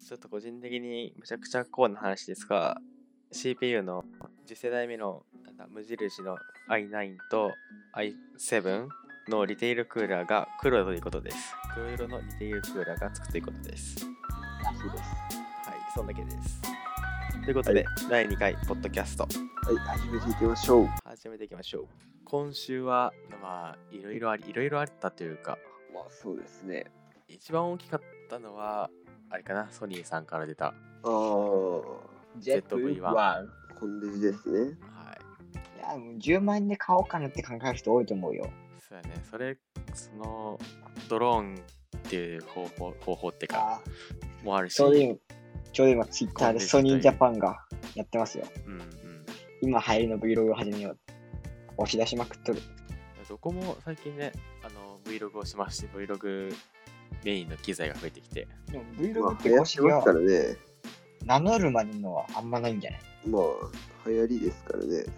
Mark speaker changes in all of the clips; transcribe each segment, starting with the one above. Speaker 1: ちょっと個人的にむちゃくちゃコアな話ですが、CPU の次世代目のなんだ無印の i9 と i7 のリテールクーラーが黒ということです。黒色のリテールクーラーがつくということです。
Speaker 2: らしいです。
Speaker 1: はい、そんだけです。ということで、第2回ポッドキャスト
Speaker 2: はい、始めていきましょう。
Speaker 1: 始めていきましょう。今週は、まあ、いろいろあり、いろいろあったというか、
Speaker 2: まあそうですね。
Speaker 1: 一番大きかったのは、あれかな、ソニーさんから出た。
Speaker 2: あー、ジェット
Speaker 1: ZV-1
Speaker 2: コンデジですね。
Speaker 1: はい。
Speaker 3: いや、もう10万円で買おうかなって考える人多いと思うよ。
Speaker 1: そうやね、それ、その、ドローンっていう方法、方法ってか、
Speaker 3: ああ、
Speaker 1: もあるし、
Speaker 3: ちょうど今、ちょうど今、ツイッターでソニージャパンがやってますよ。
Speaker 1: うんうん。
Speaker 3: 今流行りの Vlog を始めよう。押し出しまくっとる。
Speaker 1: どこも最近ね、あの、Vlog をしまして、Vlog メインの機材が増えてきて、
Speaker 3: でも Vlog
Speaker 2: ま
Speaker 3: っ
Speaker 2: あ
Speaker 3: て
Speaker 2: 流行
Speaker 3: 公
Speaker 2: って
Speaker 3: 式
Speaker 2: ますか
Speaker 3: は
Speaker 2: らね。
Speaker 3: 名乗るまでのはあんまないんじゃない
Speaker 2: まあ流行りですからね。
Speaker 1: 流行り。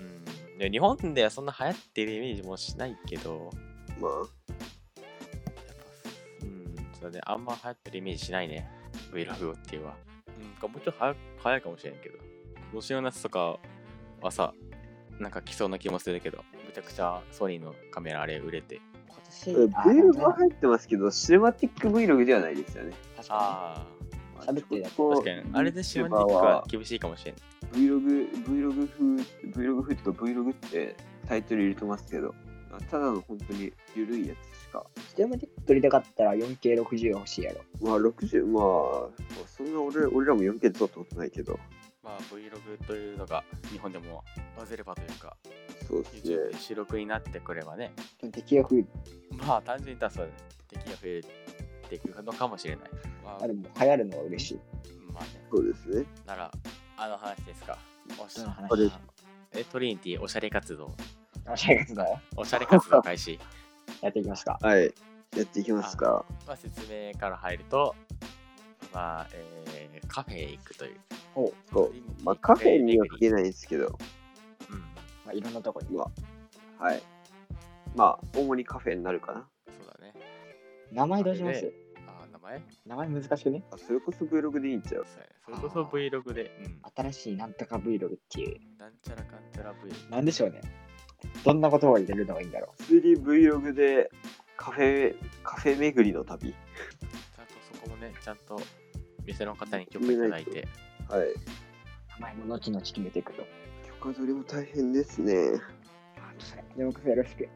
Speaker 1: うん。で日本ではそんな流行ってるイメージもしないけど、
Speaker 2: まあ
Speaker 1: やっぱうん、そうだね。あんま流行ってるイメージしないね。Vlog っていうのは。うん、もうちょっと早早いかもしれんけど。今年の夏とかはさ、なんか来そうな気もするけど、むちゃくちゃソニーのカメラあれ売れて。
Speaker 3: 今
Speaker 2: え
Speaker 3: 年
Speaker 2: Vlog
Speaker 3: あ
Speaker 2: は入ってますけど、シネマティック Vlog ではないですよね。
Speaker 3: 確か
Speaker 2: まあ
Speaker 3: 喋ってるやつ
Speaker 2: ちょっと
Speaker 1: 確かに、あれでシマティックは厳しいかもしれん。
Speaker 2: Vlog、Vlog 風、Vlog 風とか Vlog ってタイトル入れてますけど、まあただの本当に緩いやつしか。
Speaker 3: に。ステムで撮りたかったら 4K60 が欲しいやろ。
Speaker 2: まあ60、まあ、まあそんな俺俺らも 4K で撮ったことないけど、
Speaker 1: まあ Vlog というのが日本でもバズればというか、
Speaker 2: そうですね。
Speaker 1: YouTube で主力になってくればね、
Speaker 3: でも敵が増える。
Speaker 1: まあ単純にただそうだね。敵が増えていくのかもしれない。まあ
Speaker 3: あ、で、も流行るのは嬉しい。
Speaker 1: まあね。
Speaker 2: そうですね。
Speaker 1: なら、あの話ですか。おし
Speaker 3: どの話
Speaker 2: あれ
Speaker 1: えトリニティおしゃれ活動。
Speaker 3: 楽しい活動よ。
Speaker 1: おしゃれ活動開始。
Speaker 3: やっていきますか。
Speaker 2: はい。やっていきますか。
Speaker 1: まあ、説明から入ると、まあえーカフェへ行くという。
Speaker 3: おう
Speaker 2: そう。まあカフェには行けないんですけど、
Speaker 1: うん。
Speaker 3: まあ、いろんなとこに。
Speaker 2: まあ、はい。まあ、主にカフェになるかな。
Speaker 1: そうだね。
Speaker 3: 名前どうします
Speaker 1: であー名前
Speaker 3: 名前難しくね
Speaker 2: あそれこそ Vlog でいいんちゃう
Speaker 1: そうやねそれこそ Vlog で、うん。
Speaker 3: 新しいなんとか Vlog っていう。
Speaker 1: なんちゃらかんちゃら Vlog。
Speaker 3: なんでしょうね。どんな言葉を入れるのがいいんだろ
Speaker 2: 普通に Vlog でカフェ、カフェ巡りの旅。
Speaker 1: ちゃんとそこもね、ちゃんと店の方に許可いただいて。
Speaker 2: はい。
Speaker 3: う。名前も後々決めていくと。
Speaker 2: 許可取りも大変ですね。
Speaker 3: でも、よろしく。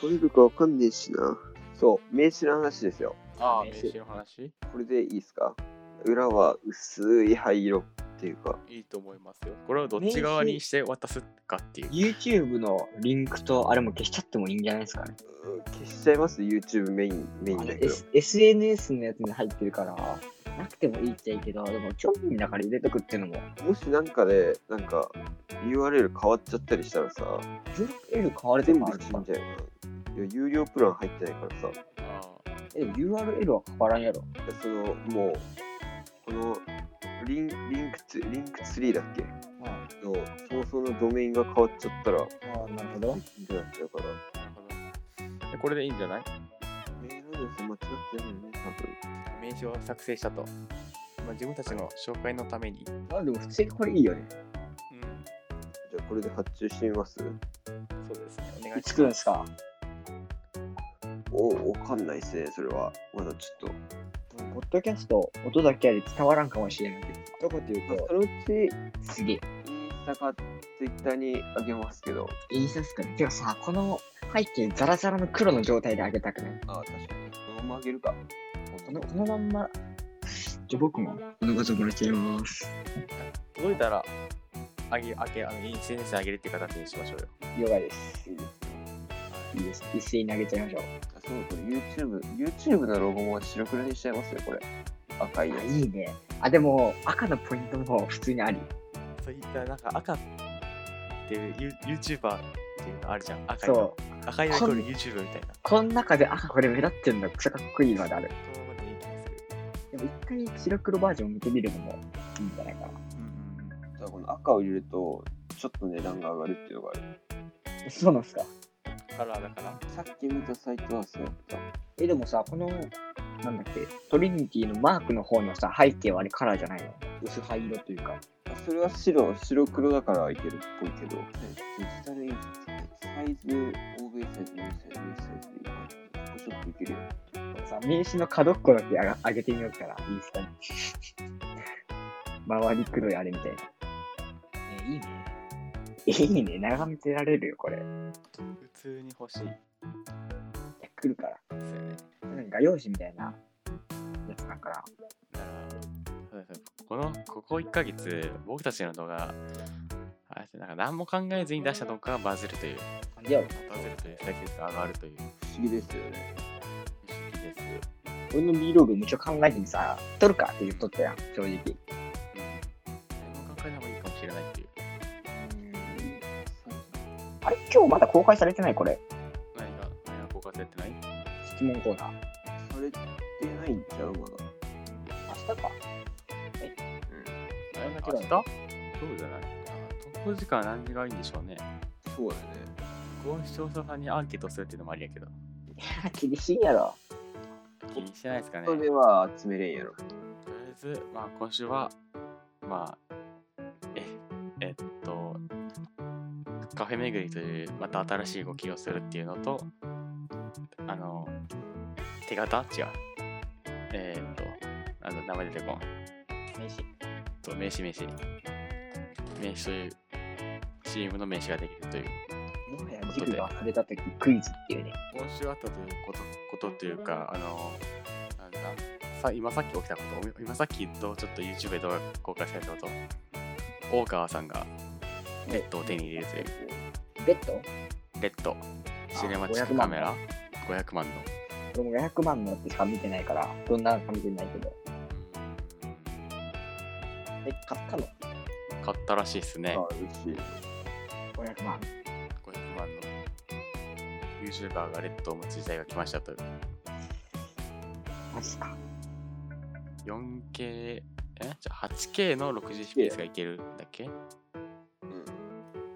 Speaker 2: 取れるかわかんねえしな。そう、名刺の話ですよ。
Speaker 1: ああ、
Speaker 3: 名
Speaker 1: 名
Speaker 3: 刺
Speaker 1: 刺の話
Speaker 2: これでいいですか裏は薄い灰色っていうか、
Speaker 1: いいと思いますよ。これをどっち側にして渡すかっていう。
Speaker 3: YouTube のリンクとあれも消しちゃってもいいんじゃないですかね。
Speaker 2: うん消しちゃいます ?YouTube メイン、メイン
Speaker 3: あ
Speaker 2: だ
Speaker 3: れ
Speaker 2: けど。
Speaker 3: S- SNS のやつに入ってるから、なくてもいいっちゃいいけど、でも、興味の中に入れとくっていうのも、
Speaker 2: もしなんかで、なんか URL 変わっちゃったりしたらさ、
Speaker 3: URL 変われて
Speaker 2: 全
Speaker 3: も
Speaker 2: 部
Speaker 3: あ
Speaker 2: で
Speaker 3: る
Speaker 2: き
Speaker 3: か
Speaker 2: んじゃないかないや、有料プラン入ってないからさ、
Speaker 1: あー
Speaker 3: えでも URL は変わらんやろ。
Speaker 2: いやその、もう、このリン、リンクツ、リンクツリーだっけ
Speaker 3: あ
Speaker 2: の、そもそものドメインが変わっちゃったら、で
Speaker 3: あ、なるほど。
Speaker 2: きなくなっちゃうから。
Speaker 1: なるほどでこれでいいんじゃない
Speaker 2: メールアドレス間違ってないよね、多分。
Speaker 1: 名刺を作成したと、まあ、自分たちの紹介のために、
Speaker 3: あ、でも、普通にこれいいよね。
Speaker 1: う
Speaker 2: じゃあこれで発注してみます
Speaker 1: ん、そうですねお願
Speaker 3: い
Speaker 1: いし
Speaker 3: つ来るん
Speaker 1: ま
Speaker 3: ですすか
Speaker 2: お、わかんないっすね、それは。まだちょっと。
Speaker 3: ポッドキャスト、音だけで伝わらんかもしれないけど、どこで言う
Speaker 2: そ
Speaker 3: と、
Speaker 2: のうち、
Speaker 3: すげえ、
Speaker 2: インスタかツイッターにあげますけど。
Speaker 3: インスタスかね。てかさ、この背景ザラザラの黒の状態であげたくない。
Speaker 2: ああ、確かに。このままあげるか。
Speaker 3: このこのまんま。じゃ、僕も、この画像もらっちゃいます。
Speaker 1: 届いたらあげあげあの SNS にあげるっていう形にしましょうよ
Speaker 3: 了解です。
Speaker 2: いいです
Speaker 3: いいです。一斉にあげちゃいましょう。
Speaker 2: あそうこれ YouTube、YouTube のロゴも白黒にしちゃいますよ、これ。赤いや
Speaker 3: あ、
Speaker 2: つ。
Speaker 3: いいね。あ、でも、赤のポイントも普通にあり。
Speaker 1: そういったなんか赤っていうユ YouTuber っていうのあるじゃん赤いの
Speaker 3: そう。
Speaker 1: 赤いのイコール YouTuber みたいな
Speaker 3: この中で赤これ目立ってるの、くそかっこいいまである。
Speaker 1: そのままでいい気がする
Speaker 3: でも、一回白黒バージョン見てみるのもいいんじゃないかな。
Speaker 2: ただこの赤を入れると、ちょっと値段が上がるっていうのがある。
Speaker 3: そうなんすか
Speaker 1: カラーだから
Speaker 2: さっき見たサイトはそうだった。
Speaker 3: え、でもさ、このなんだっけ、トリニティのマークの方のさ、背景はあれカラーじゃないの薄灰色というか。
Speaker 2: あそれは白、白黒だからいけるっぽいけど、デジタルインフサイズ、欧米サイズ、日本サイズ、US サイズで今、ここちょっといけるよ。
Speaker 3: さ、名刺の角っこだけあが上げてみようから、いいですかね。周り黒いあれみたいな。え、いいね。いいね、眺めてられるよ、これ。い
Speaker 1: 普通に欲しいで
Speaker 3: や来るから。
Speaker 1: すよね。
Speaker 3: なんか画用紙みたいなやつだか
Speaker 1: だか
Speaker 3: ら。
Speaker 1: らそうですねこのここ1ヶ月僕たちの動画あれですねなんか何も考えずに出した動画がバズるという
Speaker 3: 感じやろ。
Speaker 1: バズるという再生数が上がるという
Speaker 2: 不思議ですよね。
Speaker 1: 不思議です。
Speaker 3: 俺の Vlog めっちゃ考えてにさ、撮るかって言っとったやん、正直。
Speaker 1: うん何も考えない方がいいかもしれないっていう。
Speaker 3: あれ今日まだ公開されてないこれ。
Speaker 1: 何が何が効果されてない
Speaker 3: 質問コーナー。
Speaker 2: されてないんちゃうまだ。
Speaker 3: 明日か。
Speaker 1: あれだ
Speaker 3: け
Speaker 1: け
Speaker 3: だ
Speaker 1: 明
Speaker 3: ね
Speaker 1: 日そうじゃない投稿時間は何時がいいんでしょうね。
Speaker 2: そうだね。
Speaker 1: こう視聴者さんにアンケートするっていうのもありやけど。
Speaker 3: 厳しいやろ。
Speaker 1: 気にしてないですかね。
Speaker 2: そ
Speaker 1: とり
Speaker 2: れ
Speaker 1: あ
Speaker 2: は集めれんやろ。
Speaker 1: えず、まあ今週は、まあ、え、えっと、カフェ巡りというまた新しい動きをするっていうのと、あの、手形違う。えーっと、あの、名前出てこん。
Speaker 3: 名刺。
Speaker 1: と名刺名刺名刺というチームの名刺ができるという
Speaker 3: もはや軸が触れた時クイズっていうね。
Speaker 1: 今週あったということことというかあのなんださ今さっき起きたこと今さっきとちょっと YouTube で動画公開されたこと大川さんがベッドを手に入れるという
Speaker 3: ベッドこ
Speaker 1: レッドシネマチックカメラ500万の
Speaker 3: れも500万のってしか見てないから、どんなのか見てないけど。え、買ったの
Speaker 1: 買ったらしいっすね
Speaker 2: あ、嬉しい。
Speaker 3: ?500 万。
Speaker 1: 500万の YouTuber がレッドを持つ時代が来ましたという
Speaker 3: マジか。
Speaker 1: 4K えじゃあ 8K の 60fps がいけるんだっけ
Speaker 2: うん。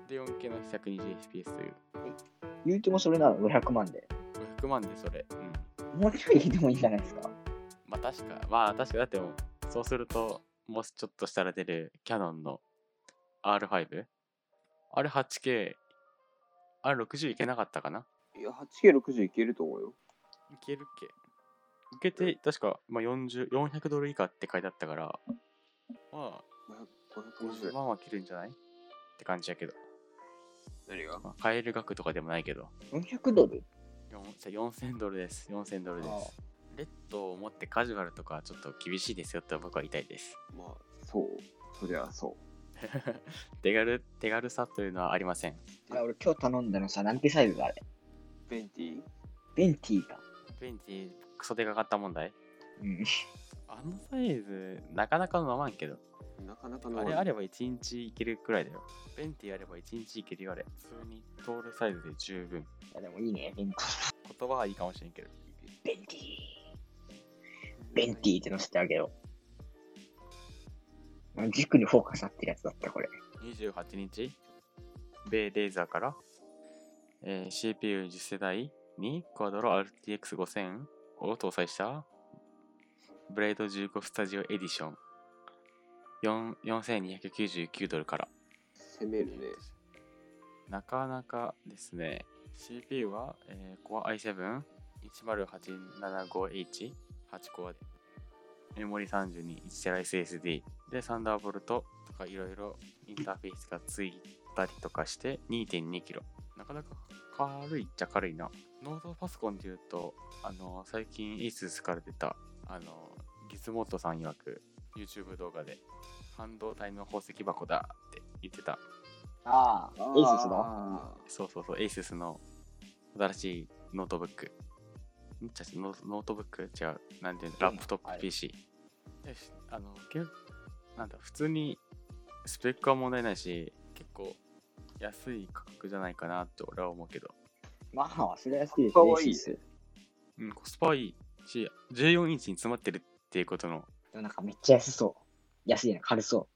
Speaker 1: で 4K の 120fps という
Speaker 3: 言うてもそれなら500万で。
Speaker 1: 500万でそれうん
Speaker 3: もうちょいでもいいんじゃないですか。
Speaker 1: まあ確かまあ確かだってもうそうするともうちょっとしたら出るキャノンの R5 あれ 8K あれ60いけなかったかない
Speaker 2: や、8K60 いけると思うよ。
Speaker 1: いけるっけいけて確か、まあ、40 400ドル以下って書いてあったからまあ50
Speaker 2: 550
Speaker 1: 万は切るんじゃないって感じやけど、
Speaker 2: 何が
Speaker 1: まあ、買える額とかでもないけど
Speaker 3: 400ドル
Speaker 1: よんじゃあ4000ドルです。4000ドルで
Speaker 3: あ
Speaker 1: す。レッドを持ってカジュアルとかちょっと厳しいですよって僕は言いたいです。
Speaker 2: まあ、そう。そりゃそ
Speaker 1: 手軽、手軽さというのはありません。
Speaker 3: あれ俺今日頼んだのさ、なんてサイズだあれ。
Speaker 2: う。ベンティ
Speaker 3: ベンティーか。
Speaker 1: ベンチ、クソでかかった問題
Speaker 3: うん。
Speaker 1: あのサイズ、なかなかのままんけど。
Speaker 2: なかなか
Speaker 1: あ
Speaker 2: の。
Speaker 1: れあれば1日いけるくらいだよ。ベンティあれば1日いけるよあれ。普通にトールサイズで十分。
Speaker 3: いやでもいいね、ベンテ
Speaker 1: 言葉はいいかもしれんけど。
Speaker 3: ィー。ベンティー。ベンティーって載せてあげよう。あ軸にフォーカス合ってるやつだった、これ。
Speaker 1: 28日、米レーザーから、えー CPU10 世代にクアドロ RTX5000 を搭載したブレード15スタジオエディション4 4299ドルから
Speaker 2: 攻めるね。
Speaker 1: なかなかですね CPU は、えー、Core i7-10875H8 コアでメモリ 321TBSSD で Thunderbolt とかいろいろインターフェースがついたりとかして 2.2kg なかなか軽いっちゃ軽いなノートパソコンでいうとあの最近 ASUS から出たあのギズモットさん曰く YouTube 動画で半導体の宝石箱だって言ってた
Speaker 3: ああ、エイススの
Speaker 2: あ
Speaker 1: そうそうそう、ASUS の新しいノートブック。んちゃノノートブック違う。なんていうのラップト
Speaker 3: は
Speaker 1: ッ
Speaker 3: い
Speaker 1: プ PC。よしあの、けなんだ、普通にスペックは問題ないし、結構安い価格じゃないかなって俺は思うけど。
Speaker 3: まあ、忘れやすいです
Speaker 2: か
Speaker 3: ね、
Speaker 2: わいい
Speaker 3: エイスス。
Speaker 1: うん、コスパいいし、14インチに詰まってるっていうことの。
Speaker 3: でもなんかめっちゃ安そう。安いね、軽そ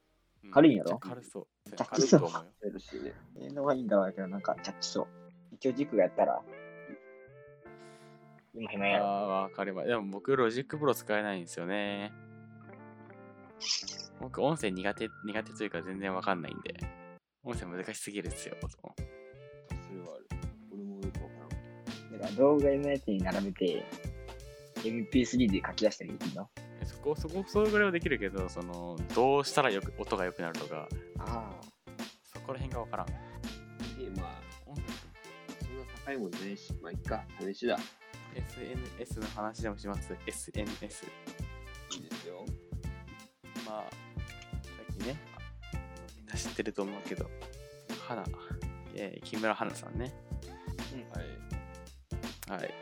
Speaker 1: うん
Speaker 3: 軽いんやろ
Speaker 1: めっちゃ軽そう。
Speaker 3: ちゃ
Speaker 1: 軽いと思うよ。
Speaker 2: あ。よろしいね。
Speaker 3: う。ええのがいいんだろうけど、なんかチャッチそう。一応軸がやったら、今暇
Speaker 1: あ
Speaker 3: やろ。
Speaker 1: あ、わかれば。でも僕、ロジックプロ使えないんですよね。僕、音声苦手、苦手というか全然わかんないんで。音声難しすぎるっすよ。
Speaker 2: それはある。俺もよくわからん。
Speaker 3: だから動画のやつに並べて、MP3 で書き出したりできるの
Speaker 1: えそこ、そこ、それぐらいはできるけど、その、どうしたらよく音が良くなるとか、
Speaker 3: あ
Speaker 1: そこら辺がわからん。
Speaker 2: で、まあ、そんな高いもんじゃないし、まあ、いっか、試しだ。
Speaker 1: SNS の話でもします。SNS。
Speaker 2: いいですよ。
Speaker 1: まあ、最近ね、みんな知ってると思うけど、花、えー木村花さんね。
Speaker 2: はい。
Speaker 1: はい。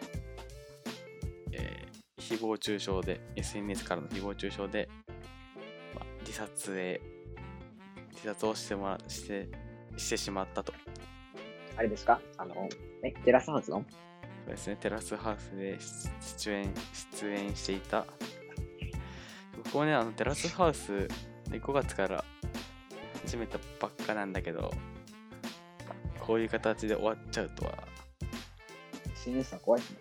Speaker 1: えー誹謗中傷で、SNS からの誹謗中傷で、まあ、自殺へ、自殺をしてもら、して、してしまったと。
Speaker 3: あ、あれですかあの、ね、テラスハウスの
Speaker 1: そうですね、テラスハウスで出出演出演していた。僕もね、あのテラスハウスで5月から始めたばっかなんだけど、こういう形で終わっちゃうとは
Speaker 3: SNS は怖いっすね。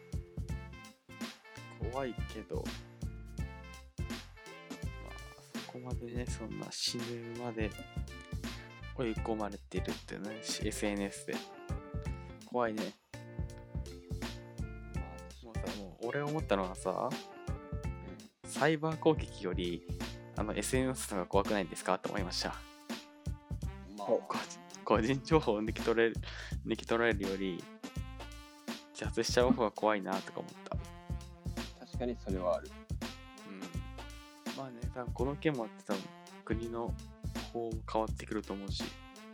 Speaker 1: 怖いけど、まあ、そこまでね、そんな死ぬまで追い込まれてるってね、し SNS で。怖いね。
Speaker 2: まあ、
Speaker 1: もうさ、もう俺思ったのはさ、サイバー攻撃より、あの SNS の方が怖くないですかって思いました。
Speaker 2: ま
Speaker 3: そう
Speaker 1: 個個人情報を抜き取れる、抜き取られるより、自殺しちゃう方が怖いなとか思った。
Speaker 2: 確かにそれはある。
Speaker 1: うん。まあね、多分この件もあって多分国の法も変わってくると思うし、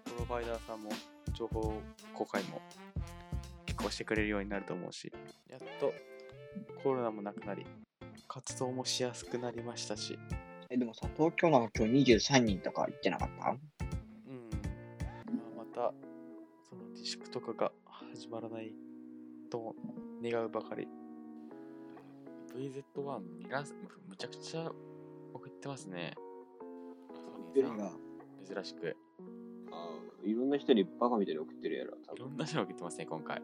Speaker 1: プロバイダーさんも情報公開も結構してくれるようになると思うし、やっとコロナもなくなり、活動もしやすくなりましたし、
Speaker 3: え、でもさ、東京なの今日23人とか行ってなかった
Speaker 1: うん、まあ、またその自粛とかが始まらないとも願うばかり VZ1 逃がすむむちゃくちゃ送ってますねソニーさん珍しく
Speaker 2: ああ、いろんな人にバカみたいに送ってるやろ、多
Speaker 1: いろ
Speaker 2: 分。
Speaker 1: んな人が送ってますね今回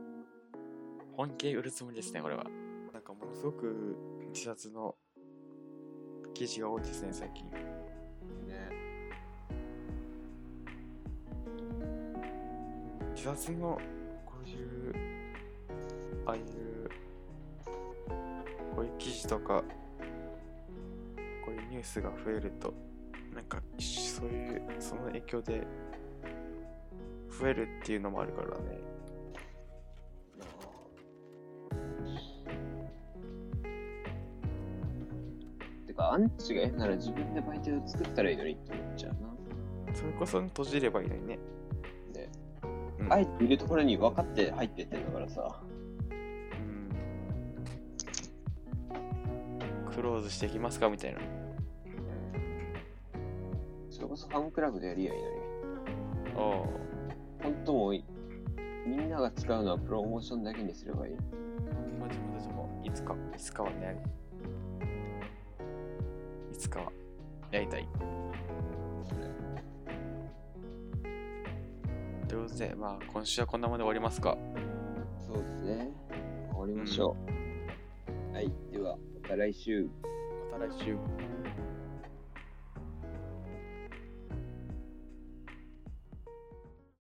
Speaker 1: 本気で売るつもりですねこれはなんかものすごく自殺の記事が多いですね最近
Speaker 2: ね。
Speaker 1: 自殺のこういうああいうこういう記事とかこういうニュースが増えるとなんかそういうその影響で増えるっていうのもあるからね
Speaker 2: まあてか、アンチが嫌なら自分で媒体を作ったらいいのにって思っちゃう
Speaker 1: それこそ閉じればいいのにね、
Speaker 2: な。ね。
Speaker 1: うん
Speaker 2: あえているところに分かって入ってってんだからさ。
Speaker 1: うんクローズしていきますかみたいな
Speaker 2: それこそファンクラブでやりゃいいのに。
Speaker 1: おう
Speaker 2: 本当もういみんなが使うのはプロモーションだけにすればいい。
Speaker 1: まあ自分たちもいつかいつかはねいつかはやりたいということでまあ今週はこんなもんで終わりますか
Speaker 2: そうですね。終わりましょう。はい、ではまた来週。
Speaker 1: また来週